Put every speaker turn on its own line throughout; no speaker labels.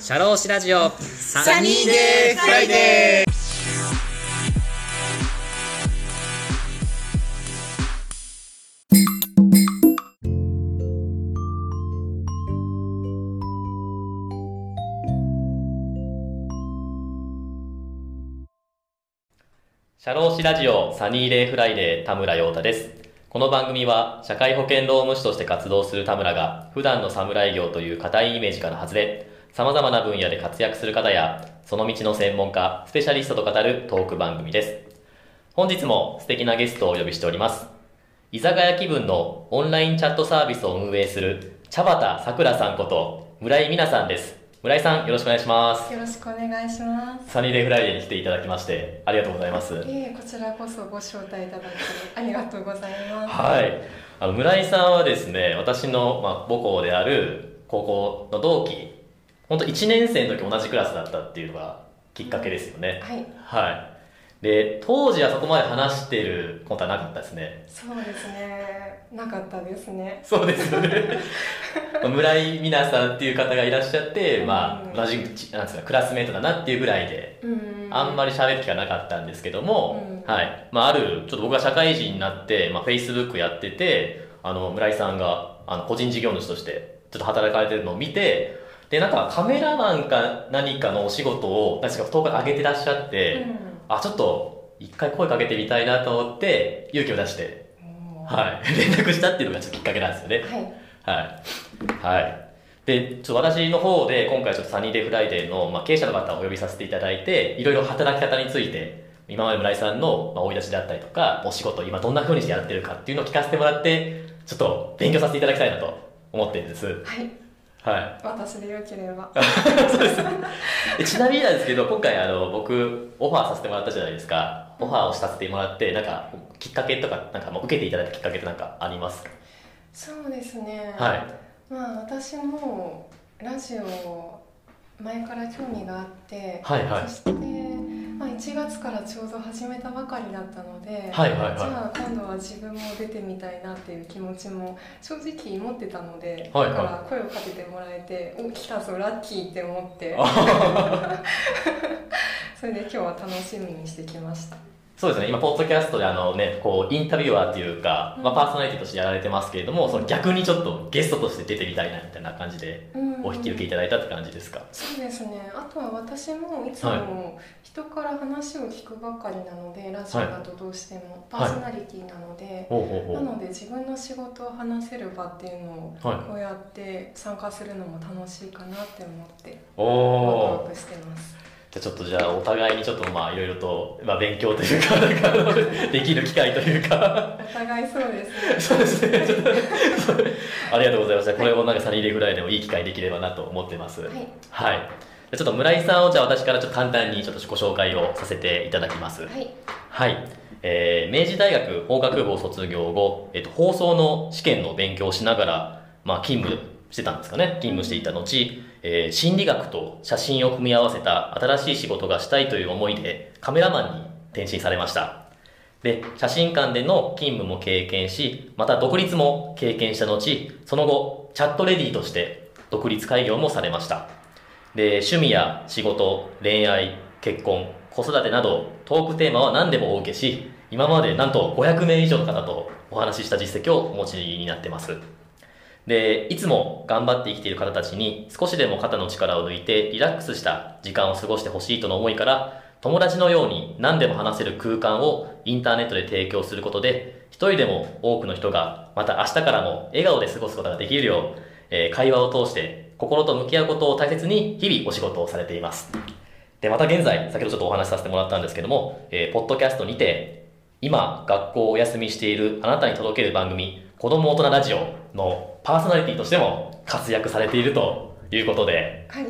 シャローシラジオサ
ニーデーフライデ
ー
シャローシラジオサニーデイフライデー田村陽太です。この番組は社会保険労務士として活動する田村が普段の侍業という固いイメージから外れ、様々な分野で活躍する方や、その道の専門家、スペシャリストと語るトーク番組です。本日も素敵なゲストをお呼びしております。居酒屋気分のオンラインチャットサービスを運営する茶畑さくらさんこと村井美奈さんです。村井さんよろしくお願いします。
よろしくお願いします。
サニーデイフライデーに来ていただきましてありがとうございます。
ええこちらこそご招待いただきありがとうございます。
はい、あの村井さんはですね私の、まあ、母校である高校の同期本当1年生の時同じクラスだったっていうのがきっかけですよね、
はい、
はいで当時はそこまで話してることはなかったですね
そうですね。なかったですね。
そうですよね 村井美奈さんっていう方がいらっしゃって、ま
うん
あ、同じちなんつうかクラスメートだなっていうぐらいで
うん。
あんま
り。
り喋る機会なかったんですけども、
うん
はい。まあ、ある、ちょっと僕が社会人になって、まあ、Facebook やってて、あの、村井さんが、あの、個人事業主として、ちょっと働かれてるのを見て、で、なんかカメラマンか何かのお仕事を、確か投稿上げてらっしゃっ
う
て、あ、ちょっと、一回声かけてみたいなと思って、勇気を出して、
ん。おー
はい。 連絡したっていうのがちょっときっかけなんですよね。
はい。
はい。はい。で、ちょっと私の方で、今回ちょっとサニーデイフライデーの、まあ、経営者の方をお呼びさせていただいて、いろいろ働き方について、今まで村井さんのまあ生い立ちであったりとか、お仕事、今どんな風にしてやってるかっていうのを聞かせてもらって、ちょっと勉強させていただきたいなと思ってるんです。
はい。
は
私でよければ。
い。でちなみになんですけど、今回あの、僕、オファーさせてもらったじゃないですか。オファーをさせてもらって、なんか、きっかけとか、なんかもう受けていただいたきっかけってなんかありますか
そうですね。
はい。
まあ私もラジオ前から興味があって、
はいはい
そしてまあ1月からちょうど始めたばかりだったので、
はいはい
じ
は
ゃあ今度は自分も出てみたいなっていう気持ちも正直持ってたので、
はい
だから声をかけてもらえて「お来たぞラッキー」って思って
い。
それで今日は楽しみにしてきました
そうですね、今、ポッドキャストであの、ね、こうインタビュアーというか、まあ、
うん
パーソナリティとしてやられてますけれども、その逆にちょっとゲストとして出てみたいなみたいな感じで、お引き受けいただいたって感じですか。
そうですねあとは私もいつ
はい
も人から話を聞くばかりなので、ラジオだとどうしてもパーソナリティなので、
ほうほう
な
ほう
ので自分の仕事を話せる場っていうのを
はい
こうやって参加するのも楽しいかなって思ってワク
お
ワ
ー
クしてます
じゃあちょっとじゃあお互いにちょっとまあいろいろと、まあ、勉強というかなんかあのできる機会というか
お互いそうで
そ
すね
うですねちょっとありがとうございましたこれもなんかサニーレぐらいでもいい機会できればなと思ってます
はい
はい、じゃあちょっと村井さんをじゃあ私からちょっと簡単にちょっとご紹介をさせていただきます
はい
はい、えー明治大学法学部を卒業後、えっと、放送の試験の勉強をしながら、まあ、勤務してたんですかね勤務していた後、えー心理学と写真を組み合わせた新しい仕事がしたいという思いでカメラマンに転身されましたで写真館での勤務も経験しまた独立も経験した後その後チャットレディーとして独立開業もされましたで趣味や仕事恋愛結婚子育てなどトークテーマは何でもお受けし今までなんと500名以上の方とお話しした実績をお持ちになってますでいつも頑張って生きている方たちに少しでも肩の力を抜いてリラックスした時間を過ごしてほしいとの思いから友達のように何でも話せる空間をインターネットで提供することで一人でも多くの人がまた明日からも笑顔で過ごすことができるよう、えー会話を通して心と向き合うことを大切に日々お仕事をされていますで、また現在、先ほどちょっとお話しさせてもらったんですけども、えーポッドキャストにて、今、学校をお休みしているあなたに届ける番組、子供大人ラジオのパーソナリティとしても活躍されているということで、
はい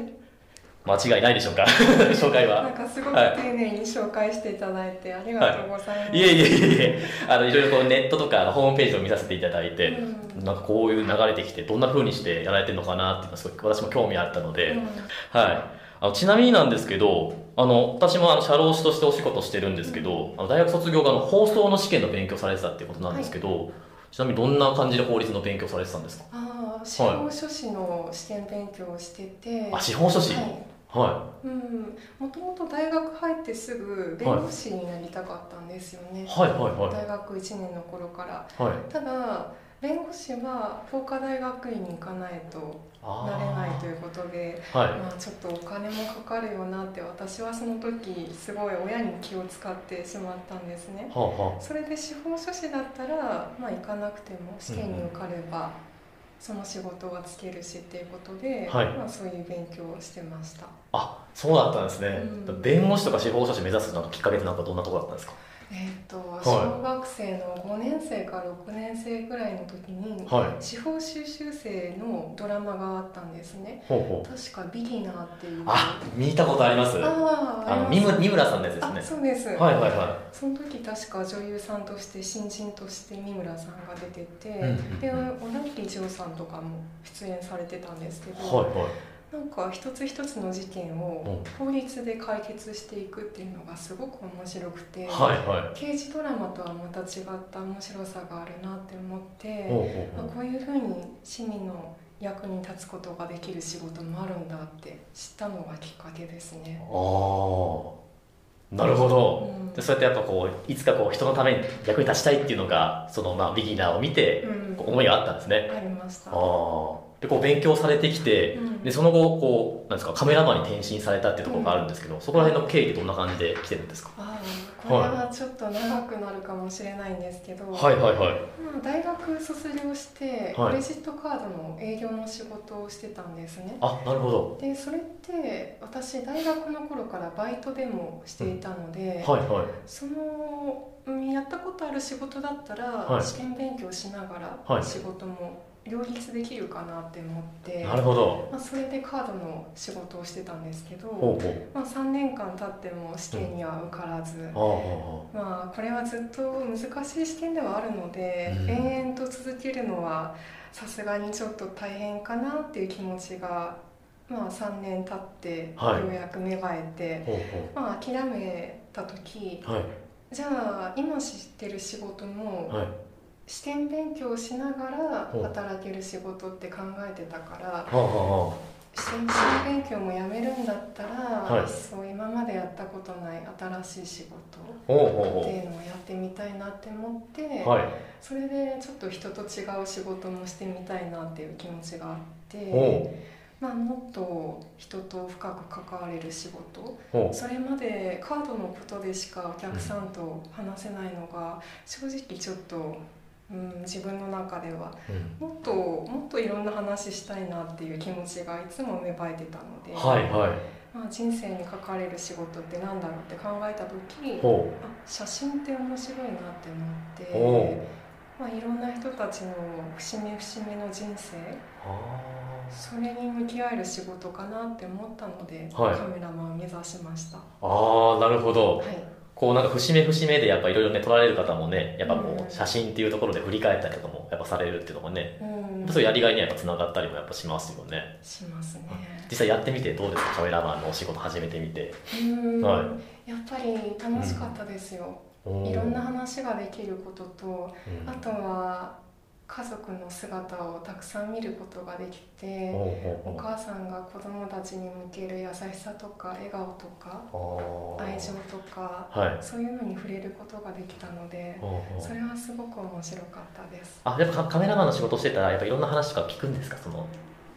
間違いないでしょうか 紹介
なん
は。
かすごく
はい
丁寧に紹介していただいてありがとうございます。
いえいえいえいえ、あの、いろいろこうネットとかあのホームページを見させていただいて、
うん
なんかこういう流れてきて、どんな風にしてやられてるのかなっていうのはすごい私も興味あったので、
うん
はい、あのちなみになんですけどあの私もあの社労士としてお仕事してるんですけど、あの大学卒業後あの放送の試験の勉強されてたっていうことなんですけど、ちなみにどんな感じで法律の勉強されてたんですか
ああ司法書士の試験勉強をしてて、
あ司法書士
はい
は
うん、もともと大学入ってすぐ弁護士になりたかったんですよね、
はいはいはい
大学1年の頃から
いはい
ただ弁護士は法科大学院に行かないと
あ
なれ
ー
ないということで
はい
まあ、ちょっとお金もかかるよなって私はその時すごい親に気を使ってしまったんですね
はあは
それで司法書士だったら、まあ、行かなくても試験に受かればその仕事がつけるしっていうことで、
はい
まあ、そういう勉強をしてました
あそうだったんですね、
うん
弁護士とか司法書士目指すなんかきっかけってなんかどんなところだったんですか
えーっと、
い
小学生の5年生か6年生くらいの時に、
は
司法修習生のドラマがあったんですね
ほうほう
確か「ビギナー」っていう
あ見たことあります
あー
あの
あ
三
りま
村
す
三村さんのやつ
あ
ですね
そうです、
はいはいは
その時確か女優さんとして新人として三村さんが出てて、
い、うんうん
で
うん
小田切丈さんとかも出演されてたんですけど、
はいはい
なんか一つ一つの事件を法律で解決していくっていうのがすごく面白くて、
はいは
刑事ドラマとはまた違った面白さがあるなって思っ
い
て、
ほうほ
まあ
うほ
こういうふうに市民の役に立つことができる仕事もあるんだって知ったのがきっかけですね。
うああなるほど
うん
でそうやってやっぱこういつかこう人のために役に立ちたいっていうのがそのまあビギナーを見て
うん
こう思いがあったんですね、
ありました
あ。あでこう勉強されてきて、
うん
でその後こうなんですかカメラマンに転身されたってところがあるんですけど、そこら辺の経緯ってどんな感じで来てるんですか
あーこれはちょっと長くなるかもしれないんですけど、
はいはいはい
まあ大学卒業して
はい
クレジットカードの営業の仕事をしてたんですね、
あなるほど
でそれって私大学の頃からバイトでもしていたので、
はいはい
そのうんやったことある仕事だったら、
はい
試験勉強しなが
は
ら
い
仕事も両立できるかなって思って、
なるほど
まあ、それでカードの仕事をしてたんですけど、
ほうほう
まあ、3年間経っても試験には受からず。
あああ
まあこれはずっと難しい視点ではあるので、
うん
延々と続けるのはさすがにちょっと大変かなっていう気持ちが、まあ、3年経って
はい
ようやく芽生えて、
あほう
まあ諦めた時
ほうはい
じゃあ今知ってる仕事も
はい
視点勉強しながら
ほう
働ける仕事って考えてたから
はあは
視点勉強もやめるんだったら、
はい
そう今までやったことない新しい仕
あ
事
ほう
って
ほ
いうのをやってみたいなって思って、
うほうはい
それでちょっと人と違う仕事もしてみたいなっていう気持ちがあって、
ほ
まあ、もっと人と深く関われる仕事
うほう
それまでカードのことでしかお客さんと話せないのが正直ちょっと、うん、自分の中では
うん
もっともっといろんな話したいなっていう気持ちがいつも芽生えてたので、
はいはい
まあ、人生に関われる仕事ってなんだろうって考えた時
ほ
あ写真って面白いなって
う
思って
ほう
まあ、いろんな人たちの節目節目の人生
あ
それに向き合える仕事かなって思ったので、
はい
カメラマンを目指しました、は
あああなるほど
い、
こうなんか節目節目でやっぱいろいろね撮られる方もねやっぱこ
う
う
ん
写真っていうところで振り返ったりとかもやっぱされるっていうのもね
うん
そういうやりがいにはやっぱつながったりもやっぱしますよね
しますね
実際やってみてどうですかカメラマンのお仕事始めてみて
うん、
は
やっぱり楽しかったですよ、いろんな話ができることと
うん
あとは家族の姿をたくさん見ることができて
ほう
お
ほう
母さんが子供たちに向ける優しさとか笑顔とか
ほうあー
愛情とか
はい
そういうのに触れることができたので
ほうほう
それはすごく面白かったです
あやっぱカカメラマンの仕事してたらやっぱいろんな話とか聞くんですかその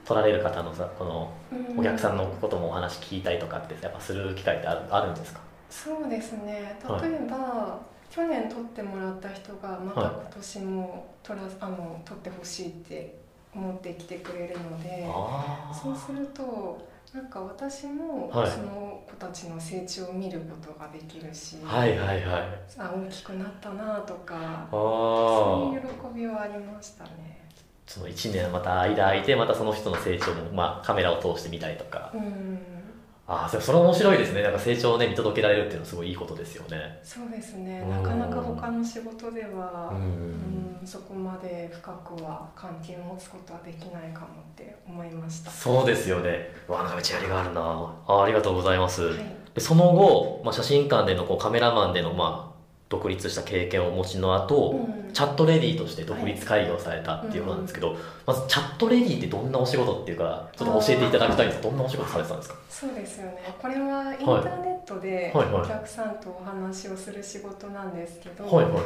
撮られる方のさこのお客さんのこともお話聞いたりとかってやっぱする機会ってあるあるんですか
そうですね
はい
例えば、去年撮ってもらった人がまた
はい
今年も撮らあの撮ってほしいって思ってきてくれるので
あー
そうするとなんか私も
はい
その子たちの成長を見ることができるし、
はいはいはい
あ大きくなったなとか
ああ
そういう喜びはありましたね。
その1年また間空いてまたその人の成長も、まあ、カメラを通して見たりとか
うん
ああそれそれ面白いですねなんか成長をね見届けられるっていうのはすごいいいことですよね
そうですね、
うん
なかなか他の仕事では、
うん
うんそこまで深くは関係を持つことはできないかもって思いました。
そうですよねうわなんかめっちゃやりがいあるなあーありがとうございます、
はい、
でその後、まあ、写真館でのこうカメラマンでの、まあ、独立した経験をお持ちの後、
うん
チャットレディとして独立開業されたっていうことなんですけど、まずチャットレディってどんなお仕事っていうかちょっと教えていただきたいんですどんなお仕事されてたんですか
そうですよねこれはインターネットで
はいはい
お客さんとお話をする仕事なんですけど、
はいはい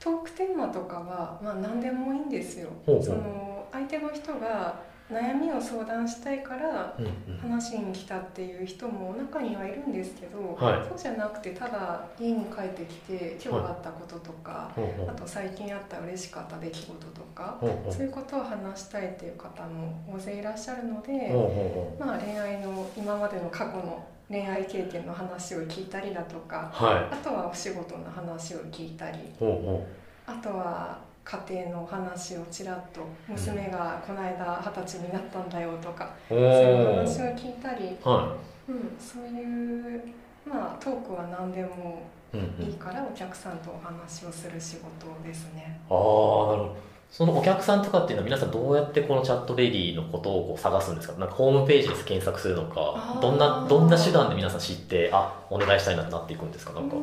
トークテーマとかは、まあ、何でもいいんですよ
ほうほう
その相手の人が悩みを相談したいから
うん
話に来たっていう人も中にはいるんですけど、
はい
そうじゃなくてただ家に帰ってきて今日あったこととか、
うんほうほ
あ
う
と最近あった嬉しかった出来事とか、
ほうほう
そういうことを話したいっていう方も大勢いらっしゃるので、
ほうほ
まあ、恋愛の今までの過去の恋愛経験の話を聞いたりだとか
うほうはい
あとはお仕事の話を聞いたり
ほうほ
あとは家庭のお話をちらっと娘がこの間二十歳になったんだよとか、
うお
そういう
ー
話を聞いたり、
は
うん、そういう、まあ、トークは何でも
い、うんう
いい
ん、
からお客さんとお話をする仕事ですね。
ああーなるほどそのお客さんとかっていうのは皆さんどうやってこのチャットレディのことをこう探すんですかなんかホームページで検索するの
あ
か
ー
どんなどんな手段で皆さん知ってあお願いしたいなってなっていくんですか
う
なんか、
ん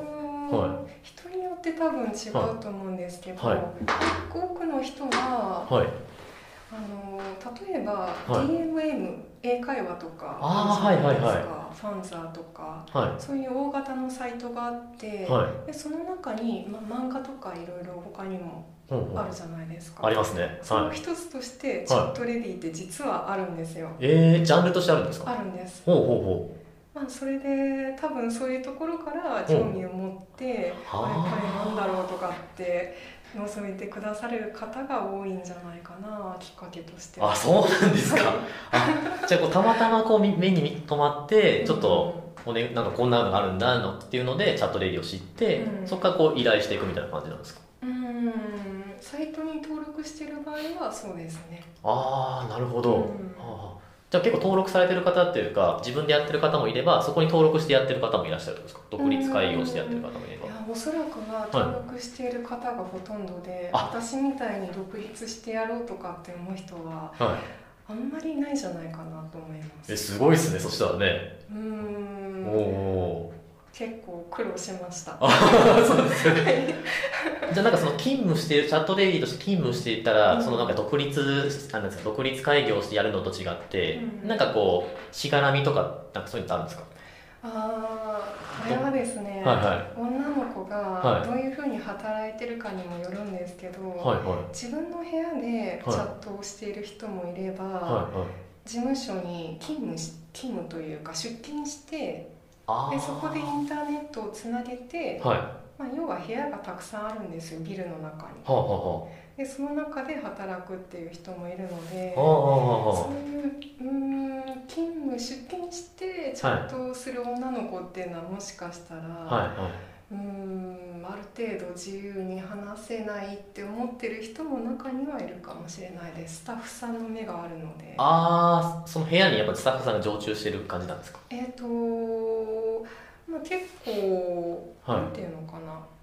は
人によって多分違うと思うんですけど、
はいは
多くの人は
はい
あの例えば
はい
DMM 英会話とか
あー
るじゃな
はい
で
は
す
い
かファンザーとか
は
そういう大型のサイトがあって、
いはい
でその中に、ま、漫画とかいろいろ他にも
ほうほう
あるじゃないですか、
ありますね
その
はい
一つとしてチャットレディって実はあるんですよ、
えー、ジャンルとしてあるんですか
あるんです、
ほうほ
まあ、それで多分そういうところから興味を持って、
う
あれこれ
は
なんだろうとかって覗いてくださる方が多いんじゃないかなきっかけとして
あ
は
あそうなんですかあじゃあこうたまたまこうみ目に留まってちょっと、おね、なんかこんなのがあるんだのっていうのでチャットレディを知って、
うん
そこからこう依頼していくみたいな感じなんですか
うんうんサイトに登録してる場合はそうですね
ああなるほど、
うん
あーじゃあ結構登録されてる方っていうか自分でやってる方もいればそこに登録してやってる方もいらっしゃるってことですか独立開業してやってる方もいれば
いやおそらくは登録している方がほとんどで、
あ
私みたいに独立してやろうとかって思う人は
はい
あんまりいないんじゃないかなと思います
えすごいですねそしたらね、
うー
お
ん
お
結構苦労しました
ーそうですよねじゃあなんかその勤務してチャットレディとして勤務していたら、
うん
そのなんか独立あなんですか独立開業してやるのと違って、
うん
なんかこうしがらみとかなんかそういうのってあるんですか、
あーこれはですね、
はいは
女の子
は
が
い
どういうふうに働いてるかにもよるんですけど、
いはいはい
自分の部屋でチャットをしている人もいれば、
はいはい
事務所に勤務し勤務というか出勤して
あ
で
ー
そこでインターネットをつなげて、
はいは
まあ、要は部屋がたくさんあるんですよビルの中に
あはあは
でその中で働くっていう人もいるので
あはあはあ
そ
は
ういううーん勤務出勤してチャットをする女の子っていうのはもしかしたら、
あはいはいう
ーんある程度自由に話せないって思ってる人も中にはいるかもしれないですスタッフさんの目があるので
ああその部屋にやっぱスタッフさんが常駐してる感じなんですか
えっ、とまあ結構、
はい
なんていうのか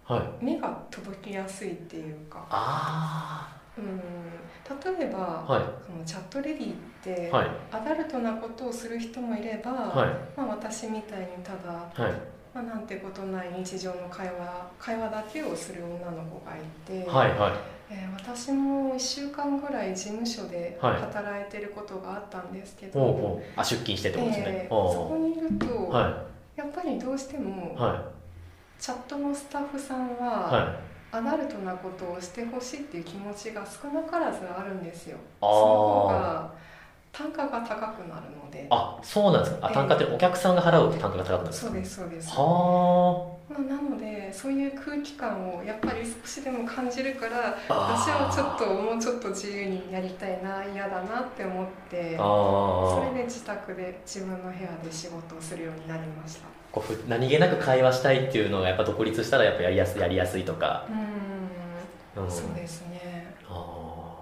な
はい
目が届きやすいっていうか
あ
うーん例えば、
あはい
そのチャットレディって、
はい
アダルトなことをする人もいれば、
はい
まあ、私みたいにただ、
はい
まあ、なんてことない日常の会話会話だけをする女の子がいて、
はいはい
えー私も1週間ぐらい事務所で
はい
働いてることがあったんですけど、
ほうほうあ出勤してってことですね
えー
ほう
そこにいると、
はい
やっぱりどうしても、
は
チャットのスタッフさ
い
んは、
はい
アダルトなことをしてほしいっていう気持ちが少なからずあるんですよ。
あ
そ
ー
の方が単価が高くなるので
あそうなんですかあ単価ってお客さんが払う単価が高くなるんですか
そうですそうです。
は
まあ、なのでそういう空気感をやっぱり少しでも感じるから
あ
私はちょっ
と
ともうちょっと自由にやりたいな嫌だなって思ってそ
あ
れ
あ
で自宅で自分の部屋で仕事をするようになりました
こうふ何気なく会話したいっていうのがやっぱ独立したらやっぱやりやすやりやすいとか、
う
うん
んそうですね
あ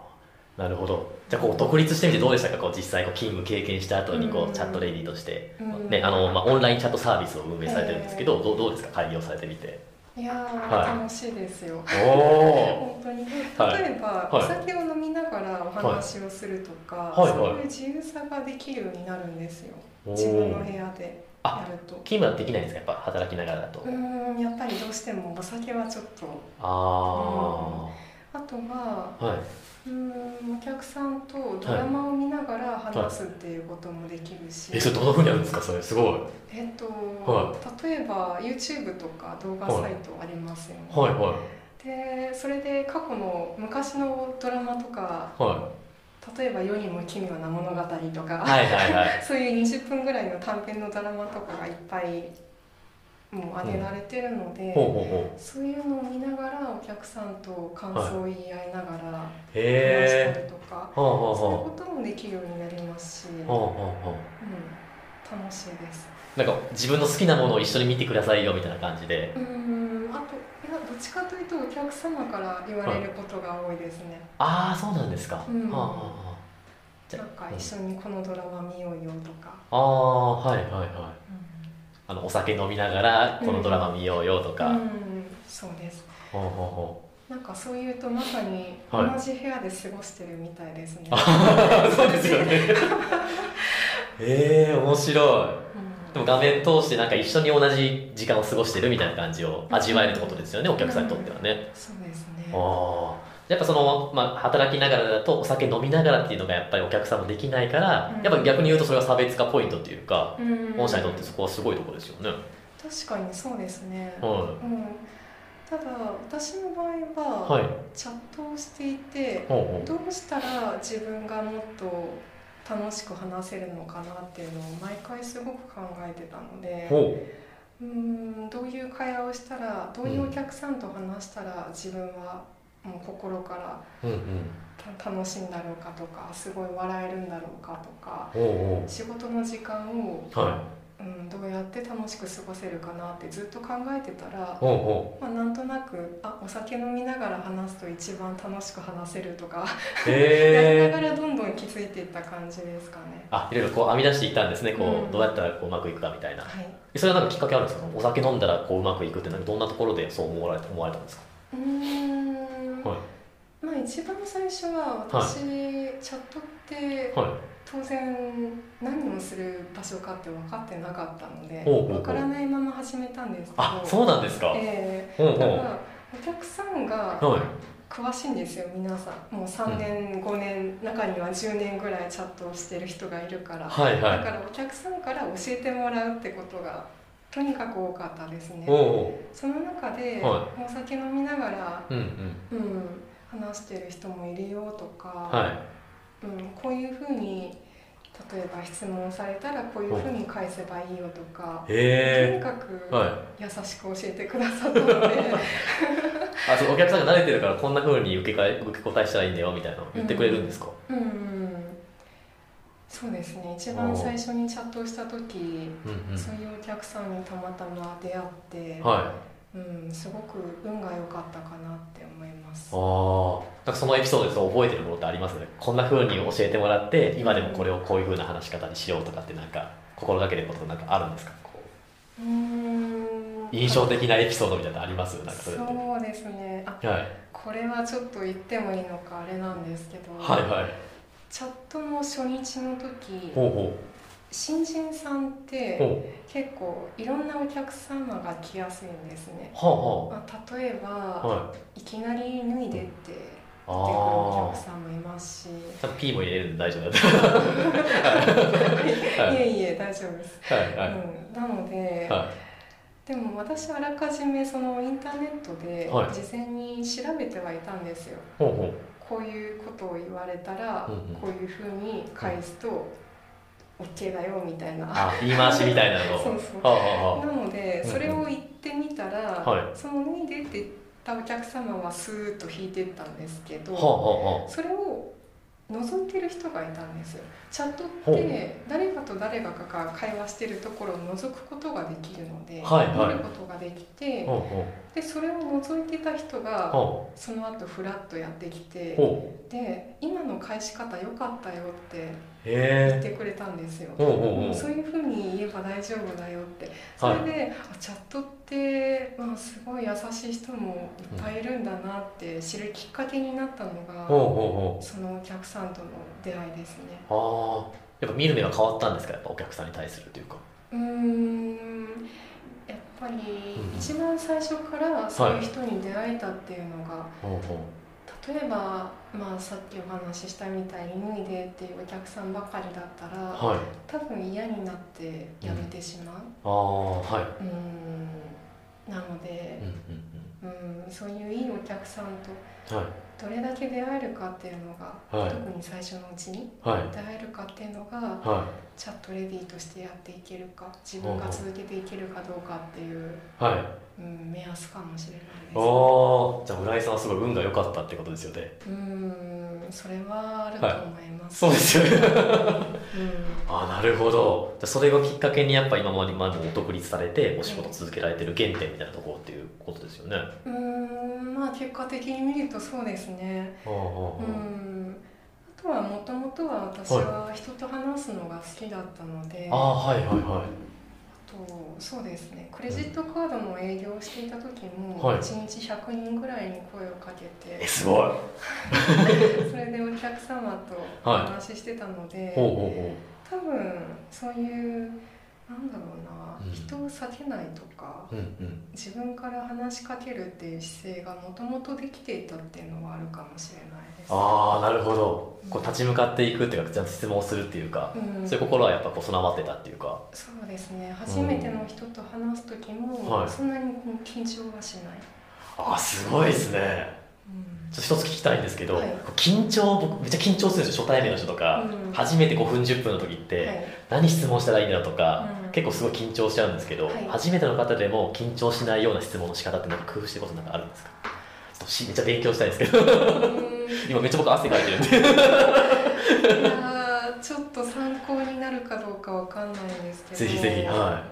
あなるほどじゃあこう独立してみてどうでしたかこう実際こう勤務経験した後にこ
う
うんチャットレディとして、
うん
ねあのまあ、オンラインチャットサービスを運営されてるんですけど、
ええ
どうどうですか開業されてみて
いやー、
はい
楽しいですよ
おお
本当に例
はい
えば、
はい
お酒を飲みながらお話をするとか、
はいはい
そういう自由さができるようになるんですよ、自分の部屋で
あ
やると
勤務はできないんですかやっぱ働きながらだと、
うーんやっぱりどうしてもお酒はちょっと
あ
あとは
あ、はいう
ーんお客さんとドラマを見ながら話すっていうこともできるし、
えそれどんなふうにやるんですかそれすごいはい
えっと、
は
例えば YouTube とか動画サイトありますよね、
は
でそれで過去の昔のドラマとか
いは
例えば「世にも奇妙な物語」とか、
いはいはいはい
そういう20分ぐらいの短編のドラマとかがいっぱいもう挙げられてるので、
ほうほうほう
そういうのを見ながらお客さんと感想を言い合いながら話した
へえ
りとか、
はあはあ
そういう
は
こともできるようになりますし、うん、
あはあはあは
楽しいです
あなんか自分の好きなものを一緒に見てくださいよみたいな感じで
うんあといやどっちかというとお客様から言われることが多いですね、
ああそうなんですか、
うん
はあはあはじゃ
なんか一緒にこのドラマ見ようよとか、
ああーはいはいはいあのお酒飲みながらこのドラマ見ようよとか、
う
は
んそうです
あはあは
なんかそういうとまさに同
はい
じ部屋で過ごしてるみたいですね、
あそうですよね ええ面白い
うん
でも画面通してなんか一緒に同じ時間を過ごしてるみたいな感じを味わえるってことですよねお客さんにとってはね、
そうですね
ああやっぱその、まあ、働きながらだとお酒飲みながらっていうのがやっぱりお客さんもできないから、
うん
やっぱ逆に言うとそれは差別化ポイントっていうか
うん
御社にとってそこはすごいところですよね、
確かにそうですね、
は
うん、ただ私の場合
い
は、
はい
チャットをしていて
ほうほう
どうしたら自分がもっと楽しく話せるのかなっていうのを毎回すごく考えてたので
ほ
うーんどういう会話をしたらどういうお客さんと話したら自分はもう心から
ううんうん
た楽しいんだろうかとかすごい笑えるんだろうかとか
ほうほ
仕事の時間を、
うはい
うん、どうやって楽しく過ごせるかなってずっと考えてたら、
ほうほ
まあ、なんとなくあお酒飲みながら話すと一番楽しく話せると
う
か、やり
へ
な
え
がらどんどん気づいていった感じですかね。
あいろいろこう編み出していったんですねこう、
うん
どうやったらこううまくいくかみたいな
はい
それはなんかきっかけあるんですかお酒飲んだらこううまくいくってなんかどんなところでそう思われた思われたんですか
うーん、
はい
まあ一番最初は私、チャットって
はい
当然何をする場所かって分かってなかったので
おうおうおう
分からないまま始めたんですけど
あそうなんですか、
え
ほう
え
ほ
た
う
だお客さんが
はい
詳しいんですよ皆さんもう3年、5年中には10年ぐらいチャットをしてる人がいるから、
はいは
だ
い
からお客さんから教えてもらうってことがとにかく多かったですね
おうお
その中で、
は
お酒飲みながら、
ううんうん
うん、話してる人もいるよとか、
はい
うん、こういうふうに例えば質問されたらこういうふうに返せばいいよとか、とに
へ
か
え
く
は
優しく教えてくださったので、
いあそうお客さんが慣れてるからこんなふうに受けかえ受け答えしたらいいんだよみたいなの言ってくれるんですか、
うんそうですね一番最初にチャットした時
うんうん
そういうお客さんにたまたま出会って、
はい
うん、すごく運が良かったかなって思います。
ああなんかそのエピソードでそう覚えてるものってありますねこんなふうに教えてもらって今でもこれをこういうふうな話し方にしようとかってなんか心がけてることなんかあるんですかこう
うん
印象的なエピソードみたいなのありますなんかそれってはい
そうですねあ
はい
これはちょっと言ってもいいのかあれなんですけど、
はい
チャットの初日の時
ほうほ
新人さんっ
う
て
ほ
結構いろんなお客様が来やすいんですね、
うは
まあ、例えば、
あはあはい
い、きなり脱いでって言ってくる
あ
お
あ
客さんもいますし
多分 P も入れるんで大丈夫 だと思うはいい
えいえ大丈夫です、
はいはい
うん、なので、
は
でも私あらかじめそのインターネットで
はい
事前に調べてはいたんですよ、
いほうほ
こういうことを言われたら、
うんうん
こういうふうに返すと OK だよみたいな、
あ言い回しみたいなの
そうそう
はあは
なので
うんうん
それを言ってみたら、
は
その脱いでって言ったお客様はスーッと引いてったんですけ
あ
ど、
はあはあは
それを覗いてる人がいたんですよチャットっ
ほ
て誰かと誰かが会話してるところを覗くことができるので、
はいはい
見ることができ
あ
て
ほうほ
でそれを覗いてた人
う
が
ほ
その後フラッとやってきて
うほう
で今の返し方良かったよって言っ
へえ
てくれたんですよ。
ほうほうほう
そういうふうに言えば大丈夫だよってそれで、あチャットって、まあ、すごい優しい人もいっぱいいるんだなって知るきっかけになったのが、
ほうほ
そのお客さんとの出会いですね
うほうああやっぱ見る目が変わったんですかやっぱお客さんに対するというか
うーんやっぱり
うん
一番最初からそういう人に出会えたっていうのが、
ほうほう
例えば、まあ、さっきお話ししたみたいに脱いでっていうお客さんばかりだったら、
はい
多分嫌になってやめてしまう。
ああはい
うんなので
うん、
うん、そういういいお客さん
うんうんは
とどれだけ出会えるかっていうのが、
はい
特に最初のうちに
いはい
出会えるかっていうのが
は
チャットレディとしてやっていけるか自分が続けていけるかどうかっていう、
いはい
うん、目安かもしれないです。
ああじゃあ村井さんはすごい運が良かったってことですよね
うんそれはあると思います。
そうですよね
うん
ああなるほどじゃあそれがきっかけにやっぱ今まで今も独立されてお仕事続けられてる原点みたいなところっていうことですよねあ
うーんまあ結果的に見るとそうですね
あああ
うんあとはもともとは私は人と話すのが好きだったので、
ああはいはいは
とそうですねクレジットカードの営業をしていた時も
はい
1日100人ぐらいに声をかけ
い え
て、
すごいほう
それでお客様とお
はい
話ししてたので、
ほう
多分そういうなんだろうな、
うん
人を避けないとか
ほううんうん
自分から話しかけるっていう姿勢がもともとできていたっていうのはあるかもしれないです。
ああなるほどこう立ち向かっていくっていうかちゃんと質問をするっていうか
うん、
そういう心はやっぱこう備わってたっていうか
そうですね初めての人と話す時
は
も
い
そんなにこう緊張はしない、
ああすごいですね
うん
ちょっと一つ聞きたいんですけど、
はい
緊張僕めっちゃ緊張するんですよ初対面の人とか、
うん
初めて5分10分の時って、
はい
何質問したらいいんだとか、
うん
結構すごい緊張しちゃうんですけど、
はい
初めての方でも緊張しないような質問の仕方ってなんか工夫してることなんかあるんですかちょっとしめっちゃ勉強したいん ですけど
う
今めっちゃ僕汗かいてるんで
んいやーちょっと参考になるかどうかわかんないんですけど
ぜひぜひは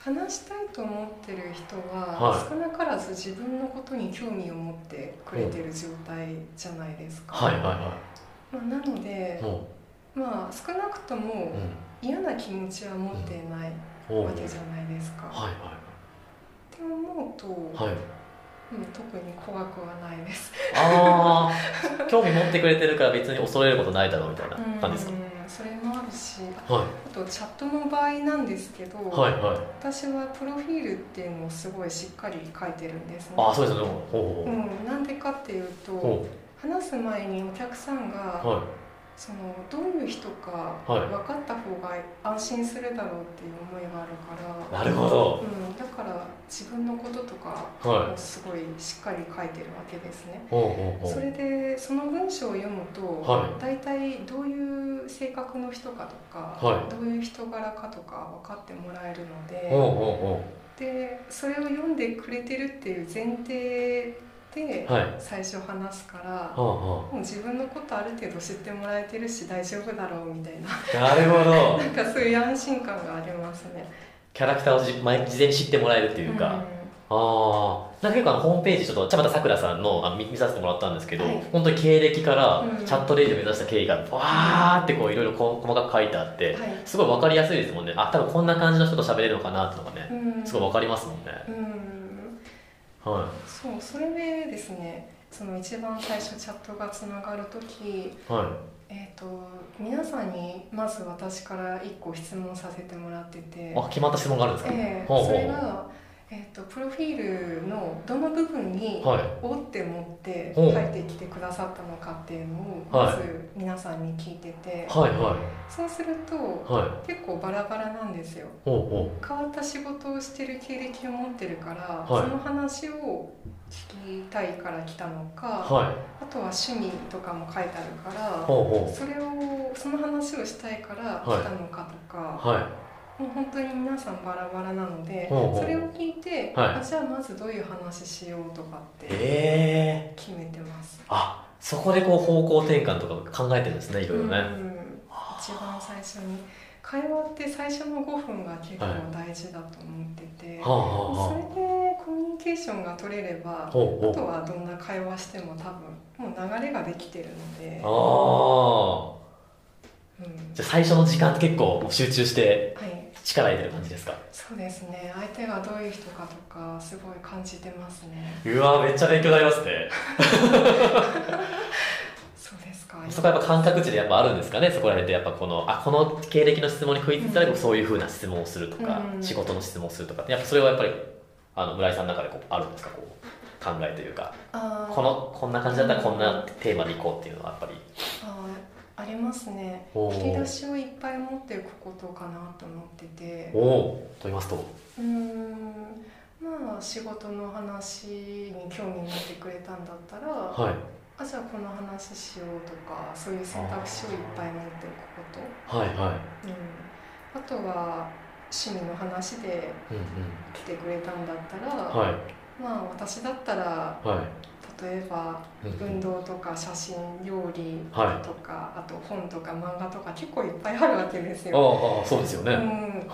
話したいと思ってる人は、
はい
少なからず自分のことに興味を持ってくれてる状態じゃないです
い
か、
はいはいは
まあ、なので
い、も
まあ、少なくと
う、う
も
ん、
嫌な気持ちは持っていない
おう
わけじゃないですか、っ
はい
て思うと、
はいはい
うん、特に怖くはないです
ああ興味持ってくれてるから別に恐れることないだろうみたいな
う
感
ん
じです
それもあるし
か、はい
あとチャットの場合なんですけど、
はいはい
私はプロフィールっていうのをすごいしっかり書いてるんですね
ああそうですよねほ
う
うほ
ん、なんでかっていうと、
うほうほ
話す前にお客さんが、
うは
そのどういう人か
はい
分かった方が安心するだろうっていう思いが
いな
あるから、
るほど
うん、だから自分のこととか
は
をすごいしっかり書いてるわけですね
いほうほうほう
それでその文章を読むと、
は
大体どういう性格の人かとか、
はい
どういう人柄かとか分かってもらえるので、
ほうほ
でそれを読んでくれてるっていう前提で
うほうはいは
最初話すから、
あはあ
もう自分のことある程度知ってもらえてるし大丈夫だろうみたいな
なるほど
なんかそういう安心感がありますね。
キャラクターをじ前事前に知ってもらえるっていうか、ああーなんか結構あのホームページちょっと茶畑さくらさんのあの見見させてもらったんですけど、
はい
本当に経歴から
うん
チャットレイジを目指した経緯がわーってこういろいろこう細かく書いてあって、
はい
すごい分かりやすいですもんねあ多分こんな感じの人と喋れるのかなっていうのがね、
うんうん
すごい分かりますもんね、
うん
は
そうそれでですねその一番最初チャットがつながる時、
いはい
えー、と皆さんにまず私から1個質問させてもらってて、
あ決まった質問があるんですか、
ええ
ほうほう
それが、えー、とプロフィールのどの部分に
はい
折って持って
ほう
書いてきてくださったのかっていうのを
は
ま
い
ず皆さんに聞いてて、
はいはい
そうすると
はい
結構バラバラなんですよ
ほうほ
変わった仕事をしてる経歴を持ってるから、
はい
その話を聞きたいから来たのか、
うはい
あとは趣味とかも書いてあるから、
ほうほ
それをその話をしたいから来たのかとか、
うはい
もう本当に皆さんバラバラなので、
ほうほう
それを聞いて、
はい
あじゃあまずどういう話しようとかって
ええ
決めてます。
あそこでこう方向転換とか考えてるんですねいろいろね、
うん一番最初に会話って最初の5分が結構大事だと思ってて、
はあはあは
そ
あ
れでコミュニケーションが取れれば、
ほうほ
あ
う
とはどんな会話しても多分もう流れができてるので、
あ
うん
あじゃあ最初の時間って結構集中して
はい、
力入れてる感じですか
そうですね相手がどういう人かとかすごい感じてますね。
うわーめっちゃ勉強になりますね
そうですか
そこはやっぱ感覚値でやっぱあるんですかねそこら辺でやっぱこのあこの経歴の質問に食いついたらそういうふうな質問をするとか、
うん
仕事の質問をするとかってやっぱそれはやっぱりあの村井さんの中でこうあるんですかこう考えというか
あー
このこんな感じだったらこんなテーマでいこうっていうのはやっぱり
あーありますね
お
引き出
ー
しをいっぱい持ってることかなと思ってて
おおと言いますと
うーんまあ仕事の話に興味持ってくれたんだったら、
はい
あじゃあこの話しようとかそういう選択肢をいっぱい持っておくこ
はいは
と、うん、あとは趣味の話で
いうんうん
来てくれたんだったら、
はい
まあ私だったら
は
例えば
いうんう
運
ん
動とか写真料理
はい
とか、あと本とか漫画とか結構いっぱいあるわけですよ。
ああそうですよね、
う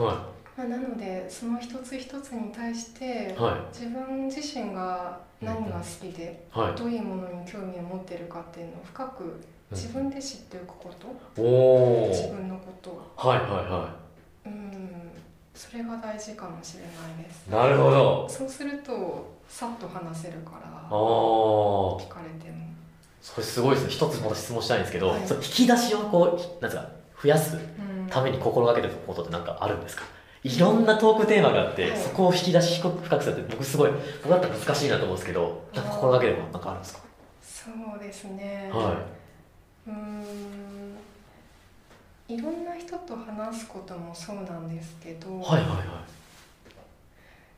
ん
は
まあ、なのでその一つ一つに対して
いは
自分自身が何が好きで
いはい
どういうものに興味を持ってるかっていうのを深く自分で知っておくこと
おお
自分のこと
はいはいは
うんそれが大事かもしれないです
いなるほど
そうするとさっと話せるから
ああ
聞かれても
それすごいですね一つまた質問したいんですけど、
はい
その引き出しをこうなんですか増やす
うん
ために心がけてることって何かあるんですかいろんなトークテーマがあって、
はい
そこを引き出し深くするって僕すごい僕だったら難しいなと思うんですけどなんか心がけてることなんかあるんですか
そうですね
は
うんいろんな人と話すこともそうなんですけど、
いはいはいは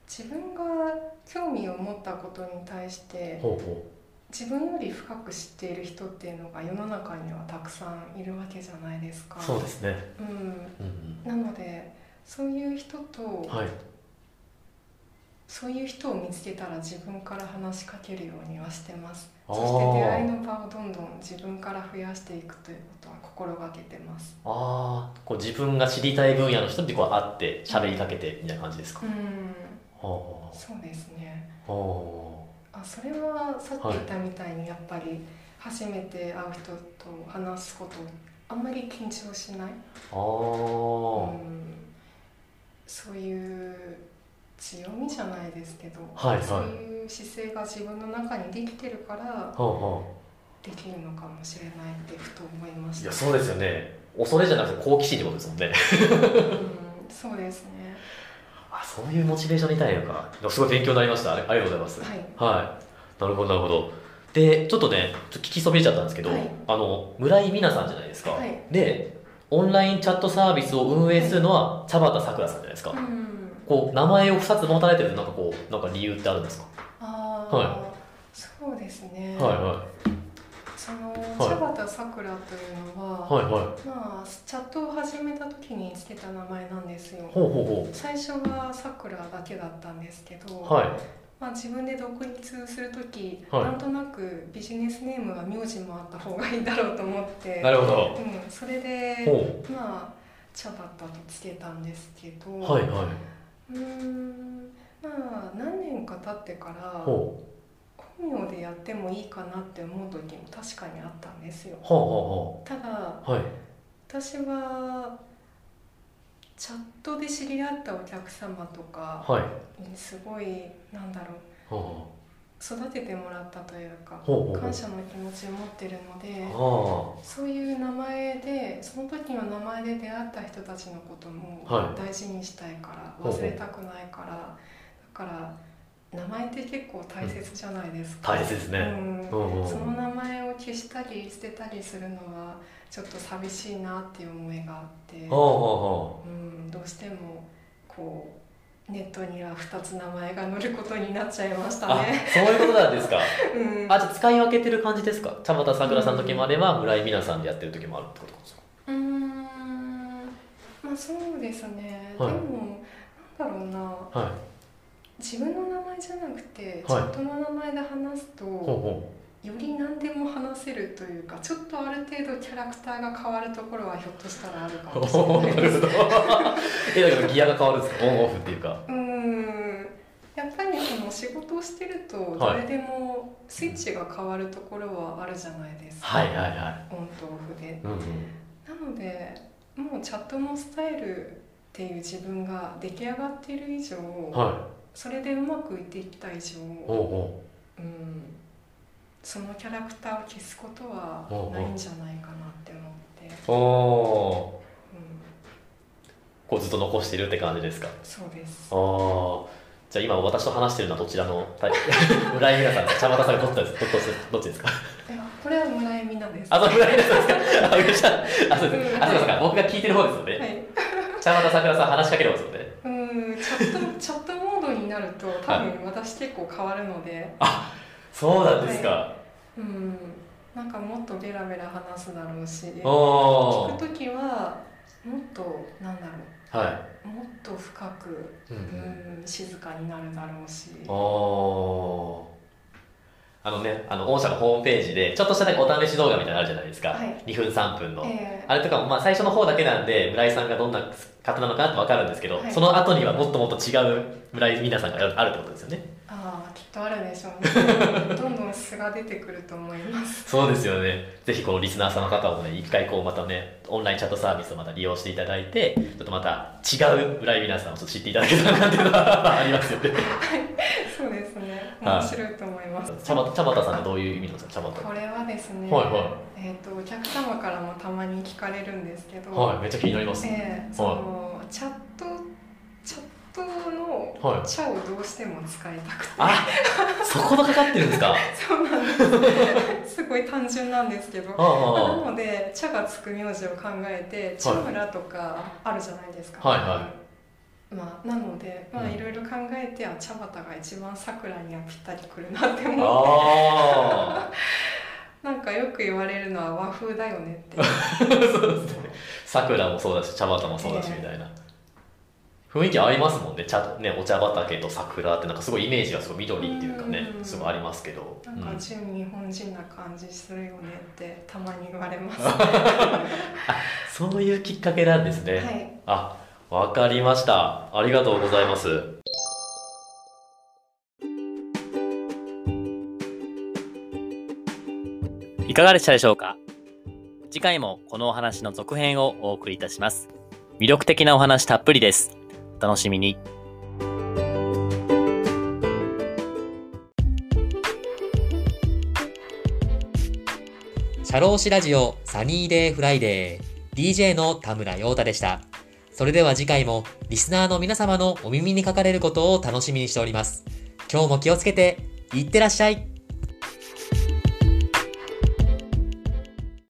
自分が興味を持ったことに対して
いほうほ
自分より深く知っている人っていうのが世の中にはたくさんいるわけじゃないですか
うそうですね
うん、
うん
なのでそういう人
う
と
んはい
そういう人を見つけたら自分から話しかけるようにはしてます
あ
そ
ー
して出会いの場をどんどん自分から増やしていくということは心がけてます
ああこう自分が知りたい分野の人ってこう会って喋りかけてみたいな感じですか、
うん
ほう
そうですね
ほうほ
あそれはさっき言ったみたいにやっぱり初めて会う人と話すことあんまり緊張しないう
ああ
うんそういう強みじゃないですけど、
はいはい
そういう姿勢が自分の中にできてるから
ほうほう
できるのかもしれないってふと思いまし
い
た
やそうですよね恐れじゃなくて好奇心ってことですもんね
うんそうですね
あそういうモチベーションにいたいのかでもすごい勉強になりましたありありがとうございます
はい
はいなるほどなるほどでちょっとねちょっと聞きそびれちゃったんですけど、
はい
あの村井美奈さんじゃないですか、
はい
でオンラインチャットサービスを運営するのは茶畑さくらさんじゃないですか、
うん
こう名前を2つ持たれてるなんかこうなんか理由ってあるんですか、
ああ、
は
そうですね、
は
その茶畑さくらというのは、
いはい
まあチャットを始めた時につけた名前なんですよ
ほうほうほ
最初はさくらだけだったんですけど、
うはい
まあ、自分で独立する時、
はい
なんとなくビジネスネームは名字もあった方がいいだろうと思って
なるほど
うん、それで
ほ
まあ茶バッタとつけたんですけど、
うはいはいう
ーんまあ何年か経ってから
ほう
本名でやってもいいかなって思う時も確かにあったんですよ
ほ
ただ
うほうほうはい
私はチャットで知り合ったお客様とか
はい
にすごいなんだろう
ほうほ
育ててもらったというか
うほうほう
感謝の気持ちを持ってるので
ああ
そういう名前でその時の名前で出会った人たちのことも
は
大事にしたいから、
ほうほう
忘れたくないからだから名前って結構大切じゃないですか、
大切ですね。
うん
うんうんうん
その名前を消したり捨てたりするのはちょっと寂しいなっていう思いがあっ
ほ
て、
うほ
うん、どうしてもこうネットには2つ名前が載ることになっちゃいまし
うほう
た
あ
ね。、
そういうことなんですか。
うん
あ、じゃあ使い分けてる感じですか。田畑さくらさんの時もあれば、村井美奈さんでやってる時もあるってことですか。
うーんまあそうですね、
はい
でもなんだろうな
はい。
自分の名前じゃなくて、
はい
チャットの名前で話すと
ほうほ
より何でも話せるというかちょっとある程度キャラクターが変わるところはひょっとしたらあるか
う。
も し
おー
れな
ない
で
る
す
ほど。え、だけどギアが変わるんですか。オンオフっていうか。
うーんやっぱりその仕事をしてると
はい
誰でもスイッチが変わるところはあるじゃないですか、
はいはいはい。
オンとオフで
うんうん。
なのでもうチャットのスタイルっていう自分が出来上がっている以上、
は
それでうまくいっていった以上、
い。ほうほ
うん、そのキャラクターを消すことはないんじゃないかなって思って、
おお
うん、
ーこうずっと残してるって感じですか
そうです
ああじゃあ今私と話してるのはどちらのタイプ 村井美奈さん茶畑さんどっちですどっちどっちですか
いやこれは村井美奈です
あ
は
そう村井美奈さんですかあびっくりしたあそうですあそうですか僕が聞いてる方ですよね
い
茶畑さんからさん話しかける方ですよね
うんチャット チャットモードになると多分私結構変わるので、
そうなんですか、
うん、なんかもっとベラベラ話すだろうし
お
聞
お
く時はもっとなんだろ
は
うもっと深く、
い、うんう
うんん、静かになるだろうし
おーあのね、あの、御社のホームページで、ちょっとしたね、お試し動画みたいなのあるじゃないですか。
はい
2分3分の。
ええ
あれとかも、まあ、最初の方だけなんで、村井さんがどんな方なのかなってわかるんですけど、
はい
その後にはもっともっと違う村井皆さんがあるってことですよね。
ああきっとあるでしょう ねどんどん素が出てくると思います
そうですよね。ぜひこのリスナーさんの方もね、一回こうまたね、オンラインチャットサービスをまた利用していただいて、ちょっとまた違う村井皆さんをちょっと知っていただけたらなっていうのはありますよね。
そうですね
はい
面白いと思います、
茶畑茶畑さんはどういう意味なんですか茶畑。
これはですね、
はいは
えー、とお客様からもたまに聞かれるんですけど、
はい、めっちゃ気になります。
ええそのチャットチャットの
はい
「チャ」をどうしても使いたくて
あ、そこがかかってるんです か。
そうなんです すごい単純なんですけど
ああ
まあ
あ
なので「茶」がつく名字を考えて「茶村」とかあるじゃないですか、
はいは
まあ、なのでま
う
あ
ん
いろいろ考えて、あ茶畑が一番桜にはぴったりくるなって
あ
思う
あ
なんかよく言われるのは和風だよ ねって
ー、そうですね。桜もそうだし、茶畑もそうだしみたいな。雰囲気ありますもんね。茶とね、お茶畑と桜ってなんかすごいイメージがすごい緑っていうかね
う、ん
すごいありますけど。
なん
う
か
ん
純日本人な感じするよねってたまに言われます
そういうきっかけなんですね。
はい
あ、わかりました。ありがとうございます。いかがでしたでしょうか次回もこのお話の続編をお送りいたします。魅力的なお話たっぷりです。お楽しみに。
社労士ラジオサニーデイフライデー DJ の田村陽太でした。それでは次回もリスナーの皆様のお耳にかかれることを楽しみにしております。今日も気をつけていってらっしゃい